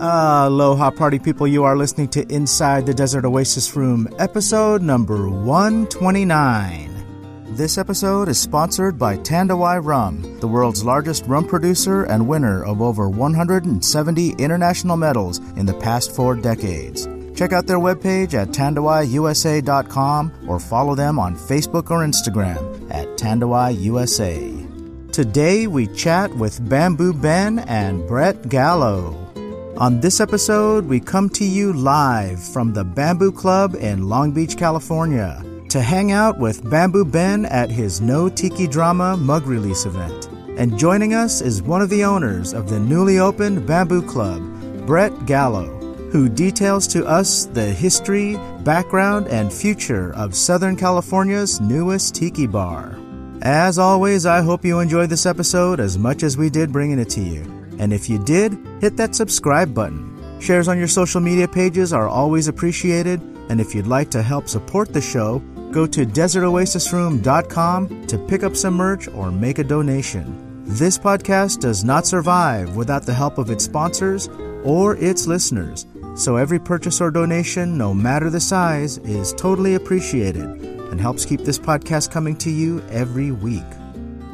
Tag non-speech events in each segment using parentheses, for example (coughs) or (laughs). Aloha, party people. You are listening to Inside the Desert Oasis Room, episode number 129. This episode is sponsored by Tandawai Rum, the world's largest rum producer and winner of over 170 international medals in the past four decades. Check out their webpage at tandawaiusa.com or follow them on Facebook or Instagram at tandawaiusa. Today we chat with Bamboo Ben and Brett Gallo. On this episode, we come to you live from the Bamboo Club in Long Beach, California, to hang out with Bamboo Ben at his No Tiki Drama mug release event. And joining us is one of the owners of the newly opened Bamboo Club, Brett Gallo, who details to us the history, background, and future of Southern California's newest tiki bar. As always, I hope you enjoyed this episode as much as we did bringing it to you. And if you did, hit that subscribe button. Shares on your social media pages are always appreciated, and if you'd like to help support the show, go to desertoasisroom.com to pick up some merch or make a donation. This podcast does not survive without the help of its sponsors or its listeners, so every purchase or donation, no matter the size, is totally appreciated and helps keep this podcast coming to you every week.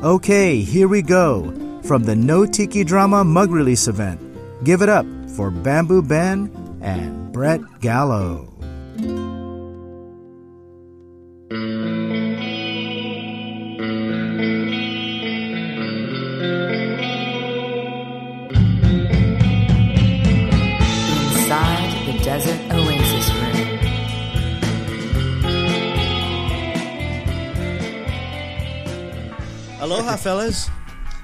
Okay, here we go from the No Tiki Drama mug release event. Give it up for Bamboo Ben and Brett Gallo. Inside the Desert Oasis Room. Aloha, fellas.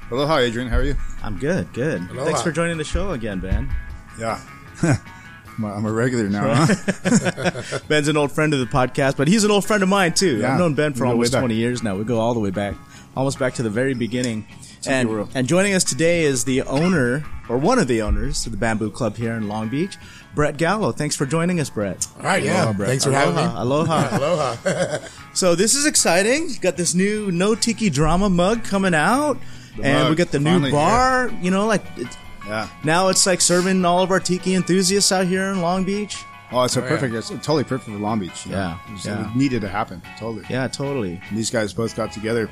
Hello, hi, Adrian. How are you? I'm good, good. Aloha. Thanks for joining the show again, Ben. Yeah. (laughs) I'm, a, I'm a regular (laughs) now, huh? Ben's an old friend of the podcast, but he's an old friend of mine too. Yeah. I've known Ben for We go way almost back. 20 years now. We go all the way back, almost back to the very beginning. And, world. and joining us today is the owner, or one of the owners, of the Bamboo Club here in Long Beach, Brett Gallo. Thanks for joining us, Brett. All right, yeah. Brett. Thanks for having Aloha. (laughs) me. Aloha. Aloha. (laughs) So this is exciting. You got this new No Tiki Drama mug coming out, and mug, we got the finally, new bar. You know, like it's, yeah. now it's like serving all of our tiki enthusiasts out here in Long Beach. Oh, it's so yeah. perfect. It's totally perfect for Long Beach. you know? Yeah, It, was- yeah. it needed to happen. Totally. Yeah, totally. And these guys both got together.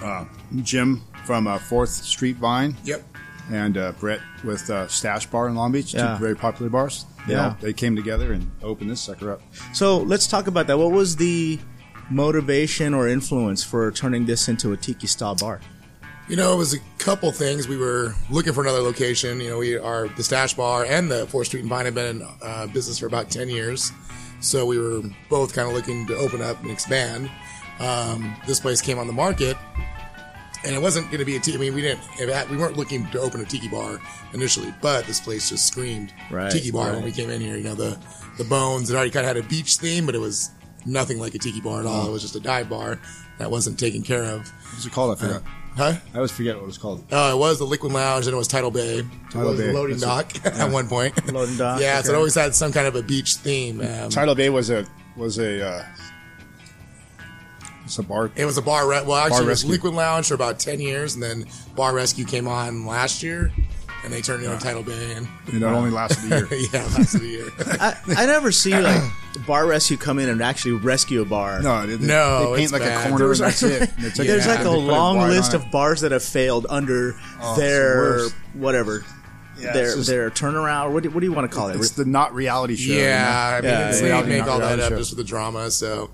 Uh, Jim from uh, Fourth Street Vine Yep. and uh, Brett with uh, Stash Bar in Long Beach, Yeah. two very popular bars. They Yeah. all- they came together and opened this sucker up. So let's talk about that. What was the motivation or influence for turning this into a tiki style bar? You know, it was a couple things. We were looking for another location. You know, we are the Stash Bar and the Fourth Street and Vine have been in uh, business for about ten years, so we were both kind of looking to open up and expand. Um, this place came on the market, and it wasn't going to be a tiki. I mean, we didn't. in fact, We weren't looking to open a tiki bar initially, but this place just screamed Right, tiki bar right. when we came in here. You know, the the bones. It already kind of had a beach theme, but it was nothing like a tiki bar at all. It was just a dive bar that wasn't taken care of. What was it called? I forgot. Uh, Huh? I always forget what it was called. Uh, it was the Liquid Lounge, and it was Tidal Bay. Tidal it was Bay, the loading dock (laughs) that's at one point. Loading dock, Yeah, so okay. it always had some kind of a beach theme. Um, Mm. Tidal Bay was a was a uh, it's a bar. it was a bar. Re- well, actually, it was Rescue. Liquid Lounge for about ten years, and then Bar Rescue came on last year, and they turned it into Tidal Bay. And and it only (laughs) lasted a year. (laughs) yeah, last of (laughs) the year. I, I never see (coughs) like bar rescue come in and actually rescue a bar. No, they, they- No, They paint it's like bad. a corner, There's and (laughs) that's it. And they take There's it like out a and they put long wine list on it. Oh, of bars that have failed under it's their worse. whatever, Yeah, their it's just- their turnaround. What do, what do you want to call it? It's the not reality show. (laughs) yeah, I mean, Yeah, it's- yeah. they make all that Reality up show. just for the drama. So,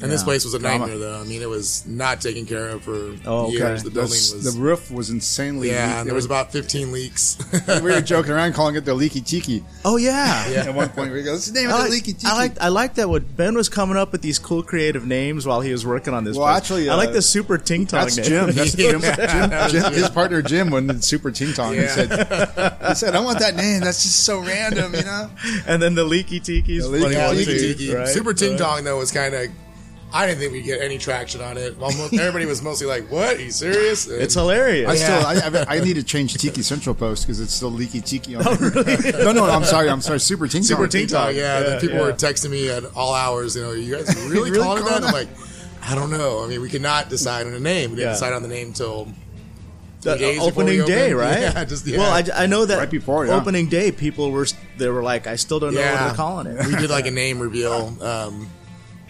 and this place was a nightmare, though. I mean, it was not taken care of for Oh, okay. years. The You know? building That's- was. the roof was insanely. yeah, and leaky. there was about (laughs) 15 leaks. (laughs) we were joking around calling it the leaky tiki. oh yeah. At one point, we go, "Let's name it I the leaky like, tiki." I like I like that what Ben was coming up with these cool creative names while he was working on this. Well, place. actually, I like uh, the super ting tong. that's name. Jim. That's Jim. Yeah. Jim- His partner Jim went in Super Ting Tong. He Yeah. said, "He said I want that name. That's just so random, you know." and then the leaky tiki's The Leaky funny Yeah, one, Tiki. Tiki too, Tiki. right? Super Ting Right. Tong though was kind of. I didn't think we'd get any traction on it. Almost everybody was mostly like, "What? Are you serious?" And- It's hilarious. I Yeah. still, I, I, I need to change Tiki Central Post because it's still leaky tiki. On oh, really? (laughs) no, no, I'm sorry, I'm sorry. Super Ting Tong. Super Ting Tong. oh, Yeah, Yeah, the people yeah. were texting me at all hours. You know, you (laughs) guys really, Really calling it calling that? I'm like, I don't know. I mean, we could not decide on a name. We didn't Yeah. decide on the name till the Three days before we opening day, opened? right? (laughs) Yeah, just- yeah. Well, I, I know that Right before, yeah. opening day, people were they were like, I still don't know what Yeah. they're calling it. (laughs) we did (laughs) like a name reveal. Um,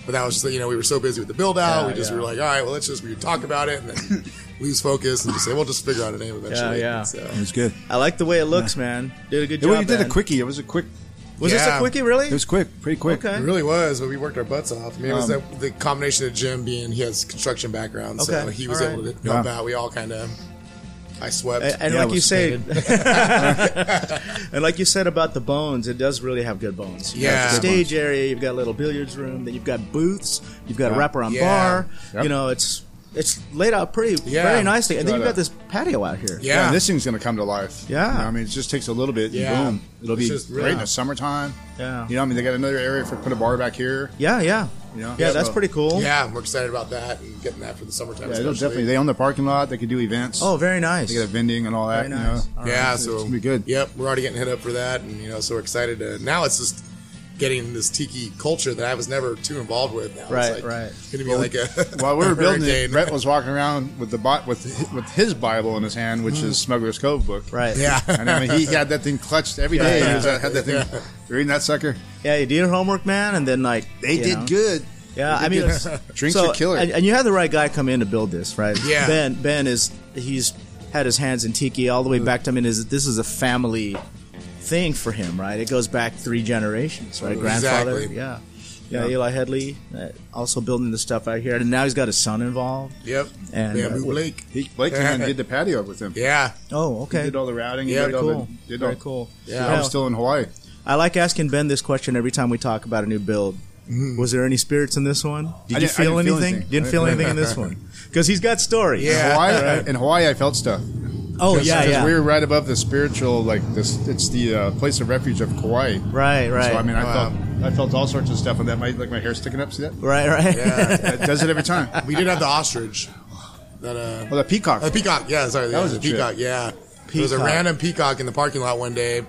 but that was just, you know, we were so busy with the build out. Yeah, we just yeah. we were like, all right, well, let's just we talk about it and then (laughs) lose focus and just say, we'll just figure out a name eventually. yeah. So, It was good. I like the way it looks, man. Did a good Yeah, job. well, you did a man. quickie. It was a quick. Was this a Yeah. quickie? Really? It was quick, pretty quick. okay. it really was, but we worked our butts off. I mean, it was Um, that, the combination of Jim being, he has construction background, so Okay, he was all right. able to help Wow. out. We all kind of, I swept. A- And Yeah, like it you was said, (laughs) and like you said about the bones, it does really have good bones. You Yeah. got the stage area, you've got a little billiards room, then you've got booths, you've got Yeah. a wraparound Yeah. bar. Yep. You know, it's it's laid out pretty Yeah. very nicely, and then Right you've got up. this patio out here. Yeah. Yeah, and this thing's gonna come to life. Yeah. You know, I mean, it just takes a little bit. Yeah. and boom, it'll It's be just really- great in the summertime. Yeah. you know, I mean, they got another area for put a bar back here. yeah, yeah, You know? yeah. Yeah, that's so- pretty cool. yeah, we're excited about that and getting that for the summertime. Yeah, they'll especially. definitely. They own the parking lot. They could do events. Oh, very nice. they got vending and all Very that. you nice. know? All right. Yeah, It's- so it's gonna be good. Yep, we're already getting hit up for that, and you know, so we're excited to. Now it's just getting this tiki culture that I was never too involved with. Now Right, it's like, right. Going to be like a (laughs) While we were building it, hurricane. Brett was walking around with the bot with hi- with his Bible in his hand, which is Smuggler's Cove book. Mm. Right. (laughs) Yeah, And I mean, he had that thing clutched every day. Yeah. He was, uh, had that thing reading that sucker. Yeah, you did your homework, man, and then like you know. good. Yeah, I mean, it's- (laughs) Drinks so- are killer. And, and you had the right guy come in to build this, right? Yeah. Ben Ben is he's had his hands in tiki all the way back to I mean, is this is a family thing for him, right? It goes back three generations, right? Grandfather, Exactly. yeah. Yeah, Eli Headley uh, also building the stuff out here, and now he's got his son involved. yep. And, yeah, uh, Boo what- Blake. He, (laughs) Blake came in and did the patio with him. Yeah, Oh, okay, He did all the routing. Yeah, very he did all cool, The, did very all, cool. Yeah. I was still in Hawaii. I like asking Ben this question every time we talk about a new build. Was there any spirits in this one? Did Mm-hmm. I you didn't- I feel didn't feel anything? anything. Didn't feel anything in (laughs) this one because he's got stories. Yeah. Hawaii, in Hawaii, I felt stuff. Oh yeah, Because yeah. we were right above the spiritual, like this. It's the uh, place of refuge of Kauai. Right, right. So I mean, I Wow. felt I felt all sorts of stuff on that. My like my hair sticking up. See that? right, right. yeah. It does it every time. we did have the ostrich. That uh, Well, the (laughs) peacock. oh, the peacock. Yeah, sorry, that was a trip. peacock. Yeah, there was a Peacock. random peacock in the parking lot one day. It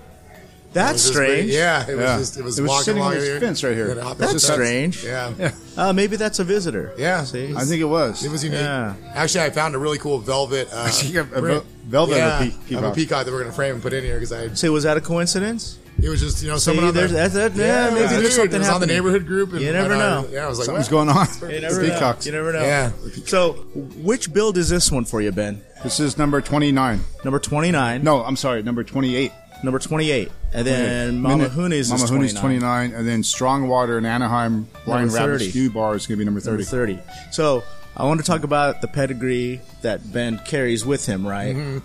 (laughs) That's was just strange. pretty- yeah, it was Yeah. just it was It was walking sitting on along this here. fence right here. Then it hopped That's up. strange. Yeah. Uh, maybe that's a visitor. Yeah. See? I think it was. It (laughs) was unique. Yeah. Actually, I found a really cool velvet. Uh, You got a print. vel- velvet of yeah, a pe- of a peacock. peacock that we're gonna frame and put in here because I. See, was that a coincidence? It was just you know See, someone on there's the, that, that, yeah, maybe dude, there's something it was on the happening. neighborhood group. And You never I thought- know. Yeah, I was like, Something's wow. going on. You The never know. peacocks. You never know. Yeah. So, which build is this one for you, Ben? This is number twenty nine. Number 29. No, I'm sorry, number twenty eight. Number 28. And then Mama Minute- Hune's Mama is Hune's 29. 29, and then Strong Water in Anaheim, Ryan Number Rabbit's 30. new bar is going to be number Number 30. 30. So, I want to talk about the pedigree that Ben carries with him, right? Mm-hmm.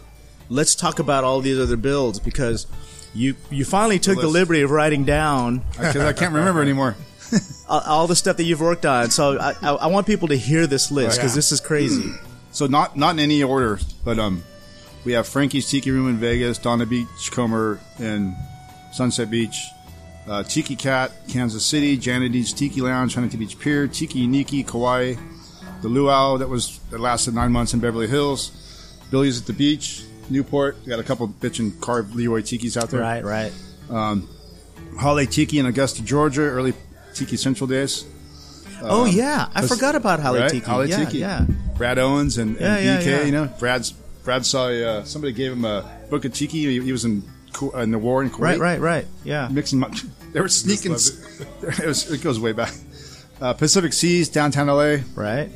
Let's talk about all these other builds because you you finally took the list. liberty of writing down Because I can't remember (laughs) anymore. all- all the stuff that you've worked on. So I, I, I want people to hear this list because Yeah. this is crazy. So not not in any order, but um, we have Frankie's Tiki Room in Vegas, Donna Beach, Comer, and Sunset Beach, uh, Tiki Cat, Kansas City, Janity's Tiki Lounge, Huntington Beach Pier, Tiki Niki, Kauai, the Luau that was that lasted nine months in Beverly Hills, Billy's at the Beach, Newport. We got a couple bitchin' carved Leroy Tiki's out there. Right, right. Hale Tiki in Augusta, Georgia, early Tiki Central days. oh yeah, I forgot about Holly Um, right? Tiki. Hale yeah, Tiki. yeah. Brad Owens and, and Yeah, yeah, BK. yeah. You know, Brad's Brad saw uh, somebody gave him a book of tiki. He, he was in Ku- in the war in Kuwait. Right, right, right. Yeah. Mixing up. (laughs) They were sneaking. s- (laughs) It, was, it goes way back. Uh, Pacific Seas, downtown LA. Right.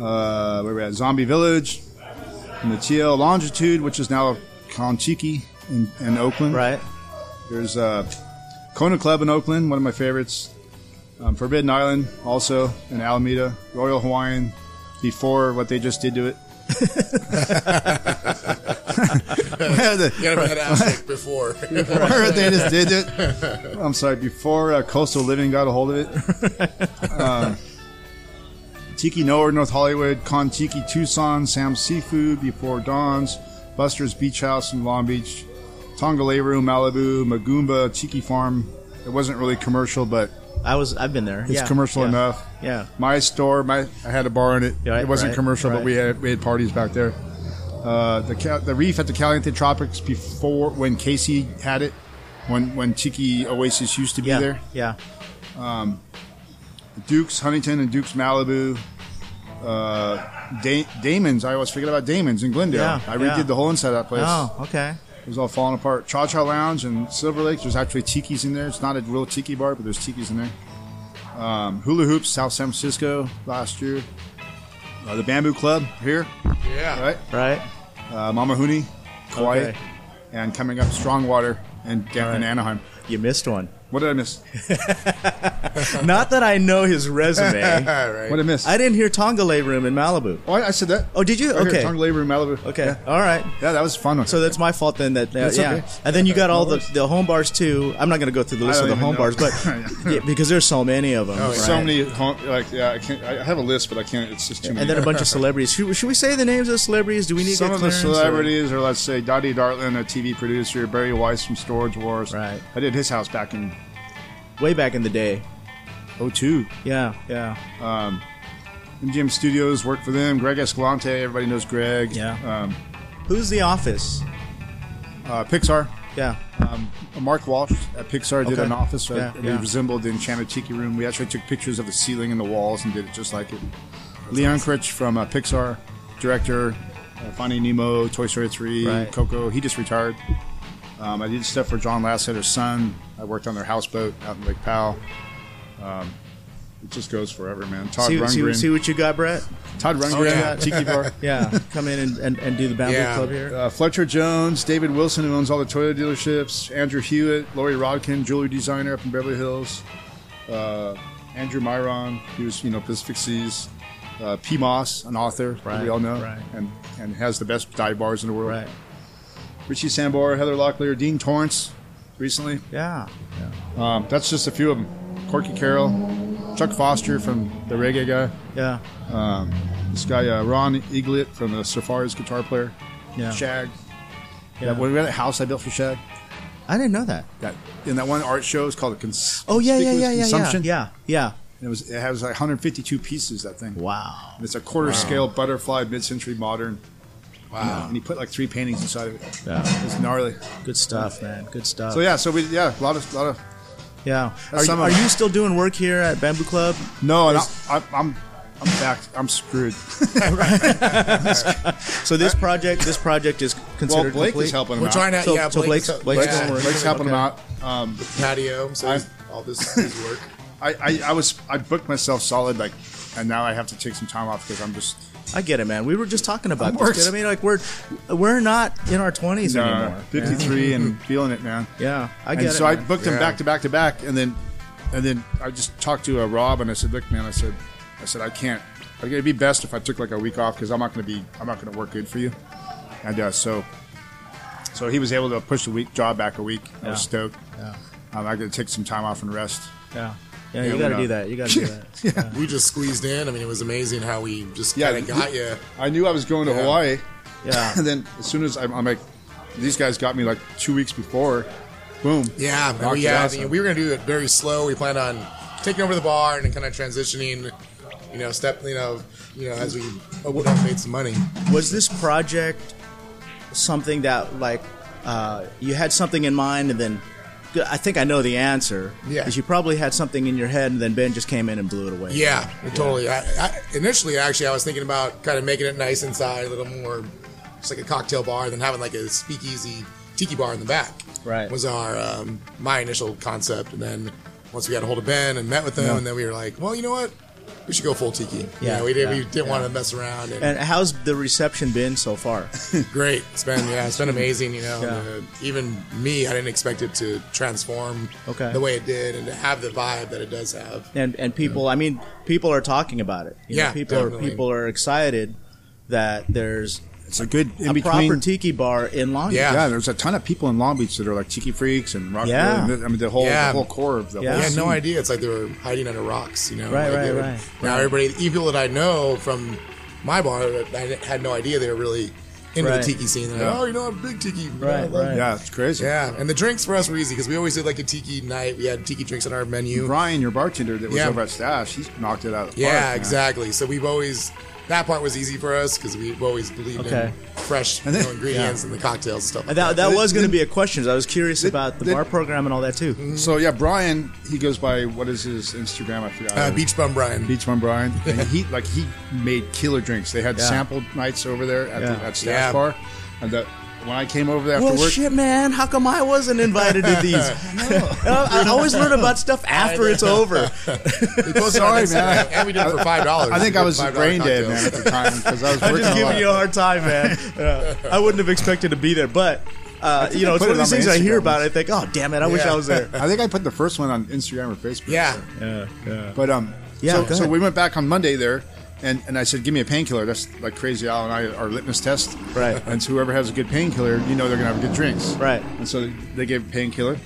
Uh, where we at Zombie Village, and the TL Longitude, which is now Contiki in, in Oakland. Right. There's uh, Kona Club in Oakland, one of my favorites. Um, Forbidden Island, also in Alameda. Royal Hawaiian, before what they just did to it. (laughs) Well, the- You (laughs) gotta have that aspect before. (laughs) before they just did it. I'm sorry, before uh, Coastal Living got a hold of it. Um, Tiki Nowhere, North Hollywood, Con Tiki Tucson, Sam's Seafood, Before Dawn's, Buster's Beach House in Long Beach, Tongalei Room, Malibu, Magumba, Tiki Farm. It wasn't really commercial, but I was. I've been there. it's yeah, commercial yeah. enough. Yeah. My store, my I had a bar in it. Yeah, right, it wasn't right, commercial, right. but we had we had parties back there. Uh, the Ca- the reef at the Caliente Tropics before when Casey had it, when when Tiki Oasis used to be Yeah. there. Yeah. Duke's Huntington and Duke's Malibu, uh, da- Damon's. I always forget about Damon's in Glendale. Yeah, I yeah. redid the whole inside of that place. Oh, okay. It was all falling apart. Cha Cha Lounge and Silver Lake. There's actually tiki's in there. It's not a real tiki bar, but there's tiki's in there. Um, Hula Hoops, South San Francisco last year. Uh, the Bamboo Club here, Yeah. right? Right. Uh, Mama Huni, Kauai, Okay. and coming up Strongwater and down in Alright. Anaheim. You missed one. What did I miss? Not that I know his (laughs) resume. (laughs) All right. What did I miss? I didn't hear Tongale Room in Malibu. oh, I, I said that. Oh, did you? Right here, Okay. Tongue Labor in Malibu. Okay. Yeah. All right. Yeah, that was a fun one. So that's my fault then. That uh, That's yeah, okay. and then you got No all the, worries. the home bars too. I'm not going to go through the list I of don't the even home know. bars, but (laughs) yeah, because there's so many of them, Oh, yeah. so right? many, haunt- like, yeah, I can't. I have a list, but I can't. It's just too many. and then a bunch of celebrities. Should, should we say the names of the celebrities? Do we need to Some get of the clearance, or- celebrities are, let's say, Dottie Dartlin, a TV producer, Barry Weiss from Storage Wars. Right. I did his house back in way back in the day? 02. Yeah, yeah, MGM Studios worked for them. Greg Escalante, everybody knows Greg. Yeah. Um, Who's the office? uh, Pixar. Yeah, Mark Walsh at Pixar did Okay. an office that Yeah, that yeah. resembled the Enchanted Tiki Room. We actually took pictures of the ceiling and the walls and did it just like it. Leon Critch from uh, Pixar, director, uh, Finding Nemo, Toy Story 3, Right. Coco. He just retired. Um, I did stuff for John Lasseter's son. I worked on their houseboat out in Lake Powell. Um, it just goes forever, man. Todd see, see, Rundgren. see what Oh, you got, Brett. Todd Rundgren, yeah. (laughs) Tiki Bar. (laughs) Yeah, come in and, and, and do the Bamboo Yeah. Club here. Uh, Fletcher Jones, David Wilson, who owns all the Toyota dealerships, Andrew Hewitt, Lori Rodkin, jewelry designer up in Beverly Hills, uh, Andrew Myron, who's you know, Pacific Seas, uh, P. Moss, an author that Right, we all know, right. and, and has the best dive bars in the world. Right. Richie Sambor, Heather Locklear, Dean Torrance, recently. Yeah. Um, that's just a few of them. Corky Carroll, Chuck Foster from the Reggae Guy, Yeah. this guy uh, Ron Eaglet from the Safari's guitar player, Yeah. Shag. Yeah. when we had that house I built for Shag. I didn't know that. that in that one art show is called a cons- Oh yeah, yeah, Conspicuous yeah, yeah, yeah, consumption. yeah, yeah. And it was it has like 152 pieces that thing. Wow. And it's a quarter scale butterfly mid-century modern. Wow. And he put like three paintings inside of it. Yeah. It's gnarly. Good stuff, man. Good stuff. So yeah, so we yeah, a lot of lot of yeah. Are, That's you- some of are them. you still doing work here at Bamboo Club? No, and I, I, I'm I'm back. I'm (laughs) screwed. So this project, this project is well, considered Blake complete. is helping him We're out. trying to So- yeah. so Blake's, Blake's- Blake's, Blake's Blake's, homework. Blake's helping him out. Um, patio. So he's- all this his work. I, I, I was I booked myself solid like, and now I have to take some time off because I'm just I get it, man. We were just talking about Works. this. dude. I mean, like we're we're not in our twenties uh, anymore. 53 and feeling it, man. Yeah, I get and it. so I man. booked him Yeah. back to back to back, and then and then I just talked to uh, Rob, and I said, "Look, man," I said, "I said I can't. I it'd be best if I took like a week off because I'm not going to be I'm not going to work good for you." And uh, so so he was able to push the week job back a week. I was Yeah. stoked. Yeah. Um, I got to take some time off and rest. yeah, yeah. Yeah, You we're got to not. do that. You got (laughs) to do that. We just squeezed in. I mean, it was amazing how we just Yeah, kind of got you. I knew I was going to Yeah. Hawaii, Yeah. (laughs) and then as soon as I'm, I'm like, these guys got me like two weeks before. Boom. Yeah, Knocked we, it yeah. out, I so- mean, we were gonna do it very slow. We planned on taking over the bar and kind of transitioning. You know, step. You know, you know, as we opened up, made some money. Was this project something that like uh, you had something in mind and then? I think I know the answer. Yeah. Is you probably had something in your head and then Ben just came in and blew it away. Yeah, totally. I, I, initially, actually, I was thinking about kind of making it nice inside, a little more, just like a cocktail bar, than having like a speakeasy tiki bar in the back. Right. was our um, my initial concept, and then once we got a hold of Ben and met with them, and then we were like, well, you know what, we should go full tiki. You Yeah, know, we didn't we yeah, didn't want to mess around. And, And how's the reception been so far? (laughs) great, it's been (laughs) yeah, it's been amazing. You know, Yeah. And, uh, even me, I didn't expect it to transform Okay. the way it did, and to have the vibe that it does have. and and people i mean people are talking about it You know, Yeah, people are definitely. people are excited that there's It's a good in a between. proper tiki bar in long beach Yeah. Yeah, there's a ton of people in Long Beach that are like tiki freaks and rock. Yeah. and th- I mean the whole Yeah. the whole core of the Yeah. whole Yeah, no scene. idea. It's like they were hiding under rocks, you know. Right, like right, they would- right, Now everybody, even people that I know from my bar, I didn't- had no idea they were really into Right. the tiki scene. They're like, Yeah. oh, you know, I'm a big tiki. you know, Right, I love right. it." Yeah, it's crazy. Yeah, and the drinks for us were easy because we always did like a tiki night. We had tiki drinks on our menu. Brian, your bartender that was Yeah. over at Stash, he's knocked it out of the park. Yeah, man. exactly. So we've always That part was easy for us because we've always believed Okay. in fresh And you know, then- ingredients and the cocktails and stuff. And Like that that, that Th- was going to th- be a question. I was curious about the th- bar program and all that too. So yeah, Brian, he goes by what is his Instagram? I forgot. uh, Beach Bum Brian. Beach Bum (laughs) Brian, and he like he made killer drinks. They had Yeah. sample nights over there at Yeah. the at Stash Yeah. Bar, and that when I came over there after Well, work, shit, man. How come I wasn't invited to these? (laughs) I I always learn about stuff after it's over. (laughs) We posted Sorry, on Instagram, man. (laughs) and we did it for five dollars. I think I was $5 brain dead, man, cocktails. at the time (laughs) because I was I'm working just a lot. giving you a hard time, man. Yeah. I wouldn't have expected to be there, but uh, you know, I it's put one of it these on my things I hear Instagram about. I think, oh damn it, I wish Yeah. I was (laughs) there. I think I put the first one on Instagram or Facebook. Yeah. Yeah, yeah. But um, Yeah, go So, so ahead. we went back on Monday there, and, and I said, "Give me a painkiller." That's like crazy. Al and I our litmus test. Right. And so whoever has a good painkiller, you know they're gonna have good drinks. Right. And so they gave painkiller.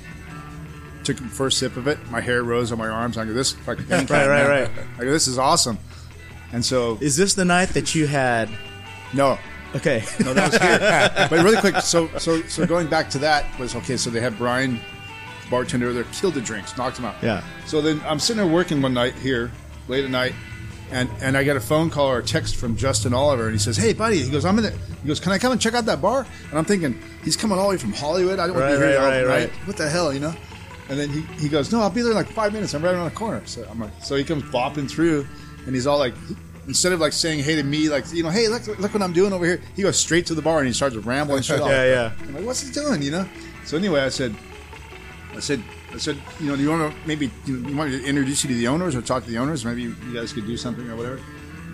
Took the first sip of it. My hair rose on my arms. I go, "This fucking (laughs) painkiller." Right, right, man." right. I go, "This is awesome." And so Is this the night that you had? no, Okay, no, that was here. but really quick, so so so going back to that was okay. So they had Brian, bartender, there killed the drinks, knocked him out. Yeah. So then I'm sitting there working one night here, late at night, and and I get a phone call or a text from Justin Oliver, and he says, "Hey, buddy," he goes, "I'm in the," he goes, "Can I come and check out that bar?" And I'm thinking, he's coming all the way from Hollywood. I don't want Right, to be here right, all right, night. What the hell, you know? And then he, he goes, "No, I'll be there in like five minutes. I'm right around the corner." So I'm like, so he comes bopping through, and he's all like. Instead of like saying hey to me, like you know, hey, look, look what I'm doing over here. He goes straight to the bar and he starts rambling shit off. (laughs) Yeah, yeah. I'm like, what's he doing? You know. So anyway, I said, I said, I said, you know, do you want to maybe you, know, you want me to introduce you to the owners or talk to the owners? Maybe you guys could do something or whatever.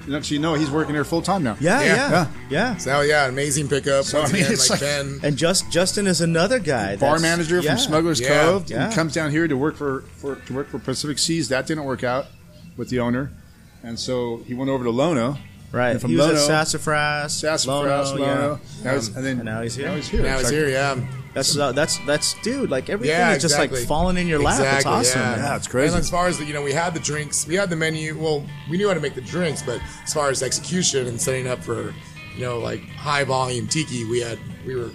And actually, no, he's working here full time now. (laughs) yeah, Yeah. yeah, yeah. Yeah. So yeah, amazing pickup. So, Once I mean, again, it's like, like- Ben. (laughs) And just Justin is another guy. Bar that's- manager yeah. from Smuggler's Yeah. Cove Yeah. and comes down here to work for, for to work for Pacific Seas. That didn't work out with the owner, and so he went over to Lono. Right. And from He was at Lono, Sassafras. Sassafras, Lono, Lono, yeah. Now he's- and then And now he's here. Now he's here. Now It's he's like- here. Yeah. That's uh, that's that's dude. Like everything Yeah, is just exactly. like falling in your lap. it's Exactly, awesome. yeah. man. Yeah, it's crazy. And as far as the, you know, we had the drinks, we had the menu. Well, we knew how to make the drinks, but as far as execution and setting up for, you know, like high volume tiki, we had we were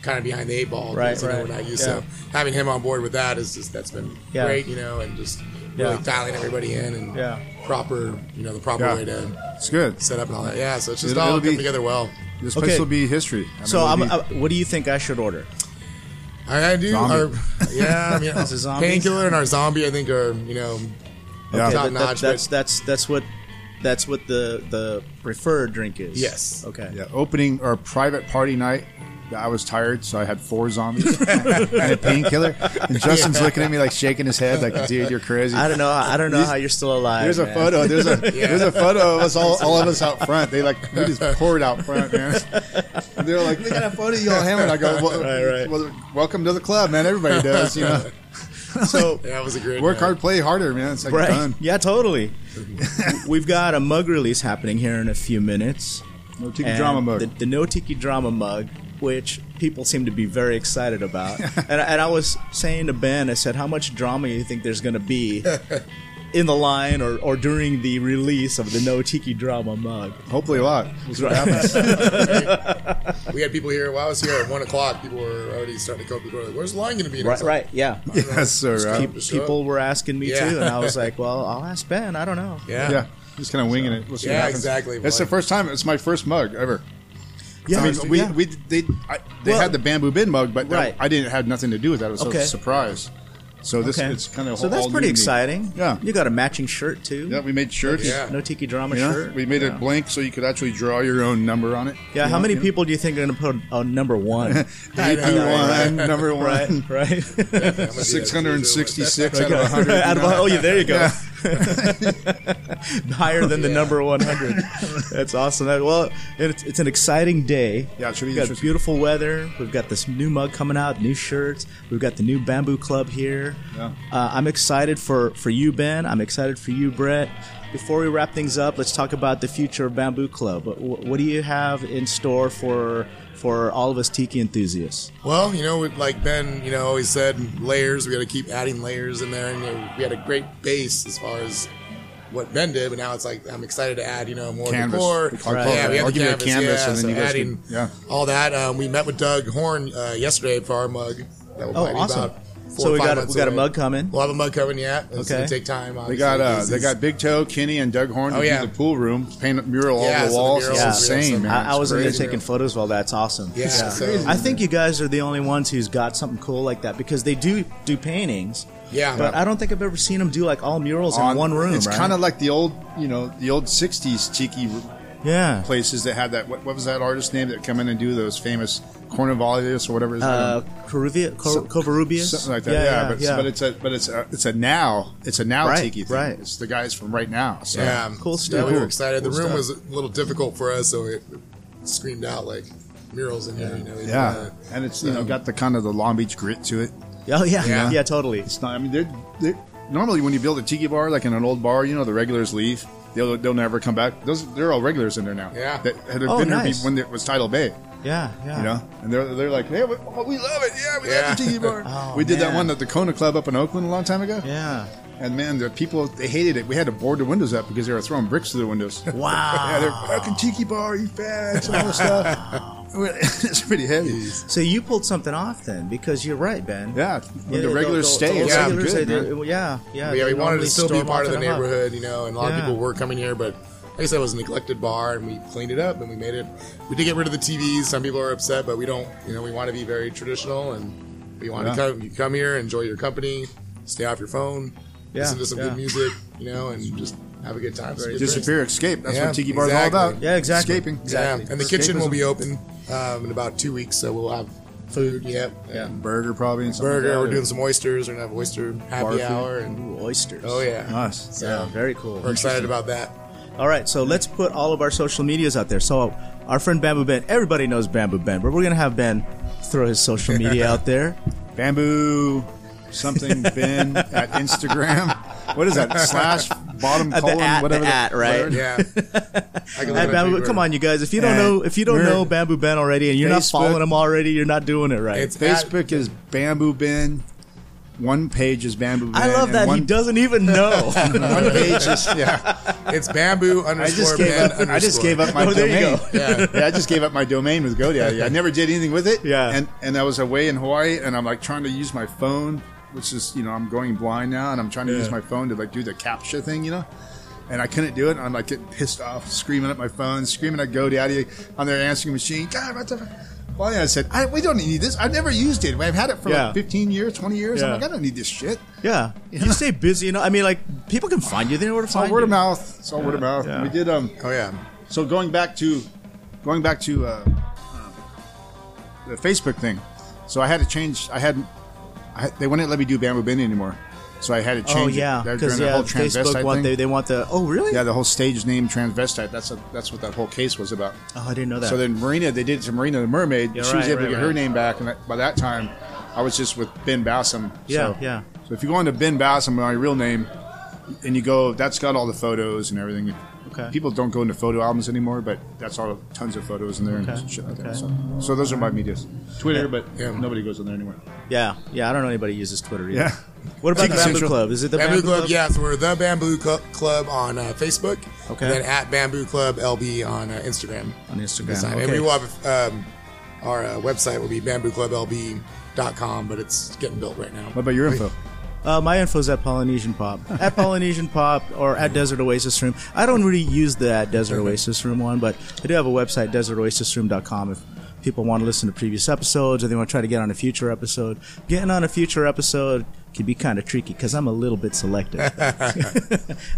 kind of behind the eight ball. Right, because, you know, right, We're not used yeah. to having him on board with that is just that's been Yeah. great, you know, and just really Yeah. dialing everybody in and Yeah. proper, you know, the proper Yeah. way to It's good. set up and all that. Yeah, so it's just It'll- all it'll come be- together well. This Okay. place will be history. I mean, So, it'll I'm, be- I, what do you think I should order? I, I do. Zombie. Our, (laughs) yeah, I mean, Is it zombies? painkiller and our zombie, I think, are you know. Yeah. Okay, that- Top that- notch, that's but- that's that's what that's what the the preferred drink is. Yes. Okay. Yeah, opening or private party night. I was tired, so I had four zombies (laughs) and a painkiller. (laughs) And Justin's looking at me like shaking his head, like, "Dude, you're crazy." I don't know. I don't know These- how you're still alive. There's a man. photo. There's a there's a photo of us all, all of us out front. They like we just poured out (laughs) front, man. And they're like, "We got a photo of you all hammered." I go, well, Right, right. well, "Welcome to the club, man. Everybody does, you (laughs) know. (laughs) So Yeah, it was a great Work night. hard, play harder, man. It's (laughs) like right. done. (laughs) Yeah, totally. We've got a mug release happening here in a few minutes. No tiki And drama The, mode. the No Tiki Drama mug, which people seem to be very excited (laughs) about. and, and I was saying to Ben, I said, how much drama you think there's going to (laughs) be in the line or, or during the release of the No Tiki Drama mug? Hopefully, a lot. We'll see what happens. (laughs) We had people here. While I was here at one o'clock, people were already starting to come up to the door. Like, Where's the line going to be? And I Right, was like, right, yeah. yes, sir. Just Rob. keep- Pe- people were asking me Yeah. too, and I was like, well, I'll ask Ben. I don't know. Yeah. Yeah, just kind of winging it. We'll see Yeah, what happens. exactly, It's the boy. first time. It's my first mug ever. Yeah, I mean, we, yeah. we they I, they Well- had the bamboo bin mug, but that- Right. I didn't have nothing to do with that. It was Okay. a surprise. So this it's kind of so that's all pretty new to me. exciting. Yeah, you got a matching shirt too. yeah. We made shirts. Yeah. No tiki drama You know? shirt. we made it blank so you could actually draw your own number on it. Yeah, You how know? many You know? people do you think are going to put on number one? I know, right? One, (laughs) number one, right? I'm gonna do that. six hundred and sixty-six (laughs) out of Right, hundred. out of- oh, yeah, (laughs) there you go. Higher than the Yeah. number 100. That's awesome. That- well, it's, it's an exciting day. Yeah, it should be We've got interesting. beautiful weather. We've got this new mug coming out, new shirts. We've got the new Bamboo Club here. Yeah. Uh, I'm excited for, for you, Ben. I'm excited for you, Brett. Before we wrap things up, let's talk about the future of Bamboo Club. What, what do you have in store for for all of us tiki enthusiasts? Well, you know, with- like Ben, you know, always said, layers. We got to keep adding layers in there, and you know, we had a great base as far as what Ben did. But now it's like I'm excited to add, you know, more Canvas. decor. We call it Yeah, that. we have I'll the give you a canvas. canvas, yeah, and then so you guys adding can- yeah. all that. Um, we met with Doug Horn uh, yesterday for our mug. That will Oh, probably be awesome. about or so we five got a- months we got a away. mug coming. We'll have a mug coming yet. It's Okay. gonna take time. They got obviously, uh, because they it's- got Big Toe, Kenny, and Doug Horn to Oh, yeah. do the pool room, paint a mural Yeah, all so the the walls. murals it's are the real, same, so- man. I, I It's was in there crazy. taking photos while that's awesome. Yeah, so- I think you guys are the only ones who's got something cool like that because they do do paintings. Yeah. but I don't think I've ever seen them do like all murals in On- one room. It's right? kind of like the old, you know, the old '60s tiki yeah. places that had that. What, what was that artist name that come in and do those famous Cornivalius or whatever? His Uh, name? Coruvia, Cor- Covarrubias? something like that. Yeah, Yeah, yeah, but, yeah. but it's a but it's a it's a now it's a now Right, tiki thing. right. It's the guys from right now. So. yeah, Cool Yeah, stuff. we Cool. were excited. the Cool room stuff. was a little difficult for us, so it screamed out like murals in here. You know, Yeah, uh, and it's you know got the kind of the Long Beach grit to it. oh yeah, yeah, Yeah. totally. It's not. I mean, they're, they're normally when you build a tiki bar like in an old bar, you know the regulars leave. They'll, they'll never come back. Those they're all regulars in there now. Yeah. that had Oh, been nice. here be- when it was Tidal Bay. Yeah, yeah. You know, and they're they're like, hey, we, oh, we love it. Yeah, we Yeah. love the tiki bar. (laughs) Oh, we did that man. one at the Kona Club up in Oakland a long time ago. Yeah. And man, the people they hated it. We had to board the windows up because they were throwing bricks through the windows. Wow. (laughs) yeah, they're fucking tiki bar, you fags, and all (laughs) this stuff. (laughs) it's pretty heavy. So you pulled something off then, because you're right, Ben. Yeah, when the they'll- they'll- regulars stay, they'll- it's yeah, good, regulars, they man. do- yeah, yeah. But yeah, they we wanted to normally still be storm part off of the and up. neighborhood, you know, and a lot Yeah. of people were coming here, but like I said, it was a neglected bar, and we cleaned it up and we made it. We did get rid of the TVs. Some people are upset, but we don't, you know, we want to be very traditional, and we want Yeah. to come. You come here, enjoy your company, stay off your phone, Yeah, listen to some yeah. good music, you know, and just have a good time. Some good drinks. Disappear, escape. That's Yeah, what Tiki Bar's exactly. all about. Yeah, exactly. Escaping. Exactly. Yeah, and the kitchen will be open um, in about two weeks, so we'll have food. Yep. Yeah. Burger probably and something Burger. like that, We're or doing some oysters. We're gonna have oyster bar happy food. hour, and Ooh, oysters. oh yeah, Nice. Yeah, very cool. we're excited about that. All right, so let's put all of our social medias out there. So our friend Bamboo Ben, everybody knows Bamboo Ben, but we're gonna have Ben throw his social media out (laughs) there. Bamboo (laughs) something bin at Instagram. What is that? Slash bottom At the colon at, whatever the at, right? whatever. (laughs) Yeah. I can Hey, Bamboo, come on, you guys! If you don't And know, if you don't we're- know Bamboo Ben already, and you're not Facebook- following him already, you're not doing it right. It's- Facebook is Bamboo Bin. One page is Bamboo Bin. I love and that one, he doesn't even know. (laughs) One page is yeah. (laughs) It's bamboo I just underscore gave man up. underscore. I just gave up my Oh, there domain. you Yeah. yeah, I just gave up my domain with GoDaddy. I never did anything with it. Yeah. And and I was away in Hawaii and I'm like trying to use my phone, which is, you know, I'm going blind now and I'm trying to use my phone to like do the captcha thing, you know? And I couldn't do it. I'm like getting pissed off, screaming at my phone, screaming at GoDaddy on their answering machine. God, what the fuck? Finally, I said, I, we don't need this. I've never used it. I've had it for Yeah. like 15 years, 20 years. Yeah. I'm like, I don't need this shit. (laughs) yeah, you stay busy. You know, I mean, like people can find you. They know where to It's all find word you. of mouth. It's all word of mouth. yeah. We did, um, Oh yeah. So going back to, going back to uh, uh, the Facebook thing. So I had to change. I had, I had they wouldn't let me do Bamboo Bin anymore. So I had to Oh change. yeah, it. They were because doing the yeah, whole Facebook transvestite want thing. they, they want the oh really? yeah, the whole stage name transvestite. That's a, that's what that whole case was about. oh, I didn't know that. So then Marina, they did it to Marina the Mermaid. Yeah, she right, was able right, to get her right. name back, and that, by that time, I was just with Ben Bassam. Yeah, so, yeah. So if you go into Ben Bassam, my real name, and you go, that's got all the photos and everything. Okay. People don't go into photo albums anymore, but that's all tons of photos in there Okay, and shit like okay. that. So, so those are my medias. Twitter, Yeah. but Yeah. nobody goes on there anymore. yeah, yeah. I don't know anybody uses Twitter either. Yeah. What about the Chicken Bamboo Central. Club? Is it the Bamboo, Club, yeah, so we're the Bamboo Clu- Club on uh, Facebook. Okay. And then at Bamboo Club LB on uh, Instagram. on Instagram? This time. And Okay. we will have um, our uh, website will be bambooClubLB.com, but it's getting built right now. What about your info? Uh, my info's at Polynesian Pop, (laughs) at Polynesian Pop, or at Desert Oasis Room. I don't really use the at Desert Oasis Room one, but I do have a website, DesertOasisRoom.com. If people want to listen to previous episodes or they want to try to get on a future episode, getting on a future episode can be kind of tricky because I'm a little bit (laughs) selective. (laughs) I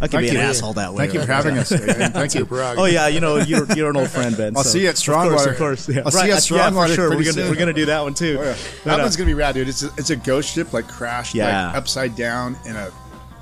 can be an you. asshole that way. Thank you for (laughs) having us. Adrian. Thank you. Parag. Oh yeah, you know you're you're an old friend, Ben. (laughs) I'll so- see you at Strongwater. Of course, of course. Yeah. I'll see you at yeah, for Strongwater sure. We're pretty gonna soon. Oh, we're gonna do that one too. Yeah. But, That uh, one's gonna be rad, dude. It's a, it's a ghost ship like crashed Yeah. like upside down in a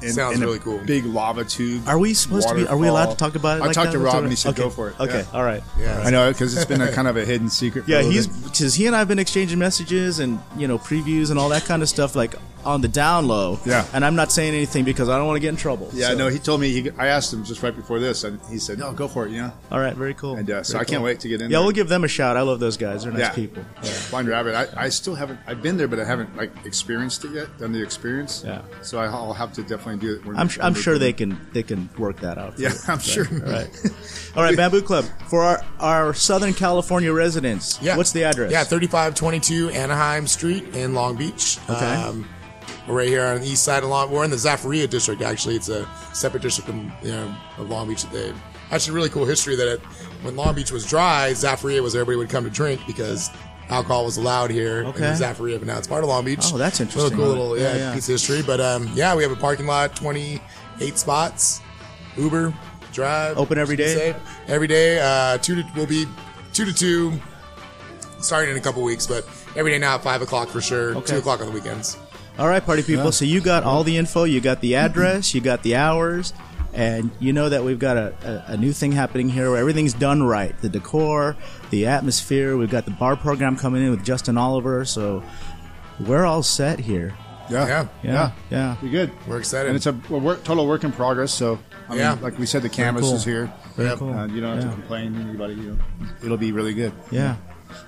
in, Sounds in a really cool. Big lava tube. Are we supposed to be? Are we allowed to waterfall. talk about it? I like talked that? to Rob and he said Okay. go for it. Okay, Yeah. all right. Yeah. I know because it's been a kind of a hidden secret. for a Yeah, little he's bit. because he and I have been exchanging messages and you know previews and all that kind of stuff like on the down low. Yeah. and I'm not saying anything because I don't want to get in trouble. Yeah, so- no, he told me. He, I asked him just right before this, and he said, "No, go for it." You know, All right, very cool. and uh, so Very I can't cool. wait to get in. Yeah, there. we'll give them a shout. I love those guys. They're nice Yeah. people. Blind Rabbit. I, I still haven't. I've been there, but I haven't like experienced it yet. Done the experience. Yeah. So I- I'll have to definitely do it. When, I'm, su- when I'm we sure go. (laughs) they can they can work that out. for Yeah, you. (laughs) I'm sure. All right, all right, Bamboo Club for our, our Southern California residents. Yeah. what's the address? Yeah, 3522 Anaheim Street in Long Beach. Okay. Um, We're right here on the east side of Long. We're in the Zafaria district, actually. It's a separate district from, you know, of Long Beach. They actually really cool history that it, when Long Beach was dry, Zafaria was where everybody would come to drink because alcohol was allowed here Okay. in Zafaria, but now it's part of Long Beach. Oh, that's interesting. Little cool little Yeah, yeah, yeah. piece of history. But um, yeah, we have a parking lot, twenty eight spots, Uber, drive, Open every just be day? safe. Every day, uh, two to will be two to two, starting in a couple weeks, but every day now at five o'clock for sure. Okay. Two o'clock on the weekends. All right, party people. Yeah. So you got all the info, you got the address, you got the hours, and you know that we've got a, a, a new thing happening here where everything's done right. The decor, the atmosphere. We've got the bar program coming in with Justin Oliver. So we're all set here. Yeah. Yeah. Yeah, yeah. We're good. We're excited. And it's a, a work, total work in progress. So, I mean, Yeah. like we said, the canvas cool. is here. Very Yep. cool. Uh, you don't have yeah. to complain to anybody. You know, it'll be really good. Yeah.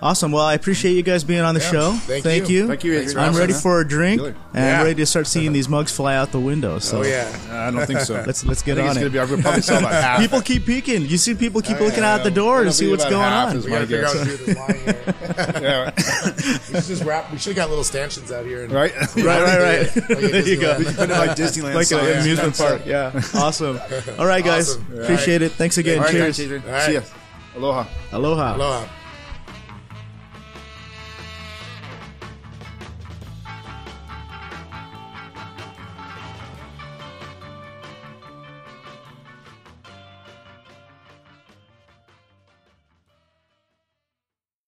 Awesome. Well, I appreciate you guys being on the Yeah. show. Thank Thank you. you. Thank you, Adrian. I'm Awesome, ready huh? for a drink, Really? and I'm Yeah. ready to start seeing these mugs fly out the window. So oh yeah. Uh, I don't think so. (laughs) let's let's I get think on it's it. gonna be. I would probably sell about half. People keep peeking. You see people keep Oh, yeah, looking yeah. out the door to It'll see be what's about going half on. as We gotta My figure out guess. how to do this line (laughs) here. Yeah, we should just wrap. We should have got little stanchions out here. And, (laughs) right. (laughs) Right, right, right. Like at there you go. Disneyland. Put it like Disneyland. Like signs. an amusement park. Yeah. (laughs) Awesome. All right, guys. Awesome. Appreciate it. Thanks again. All right, guys. Cheers. Adrian. All right. See ya. Aloha. Aloha. Aloha.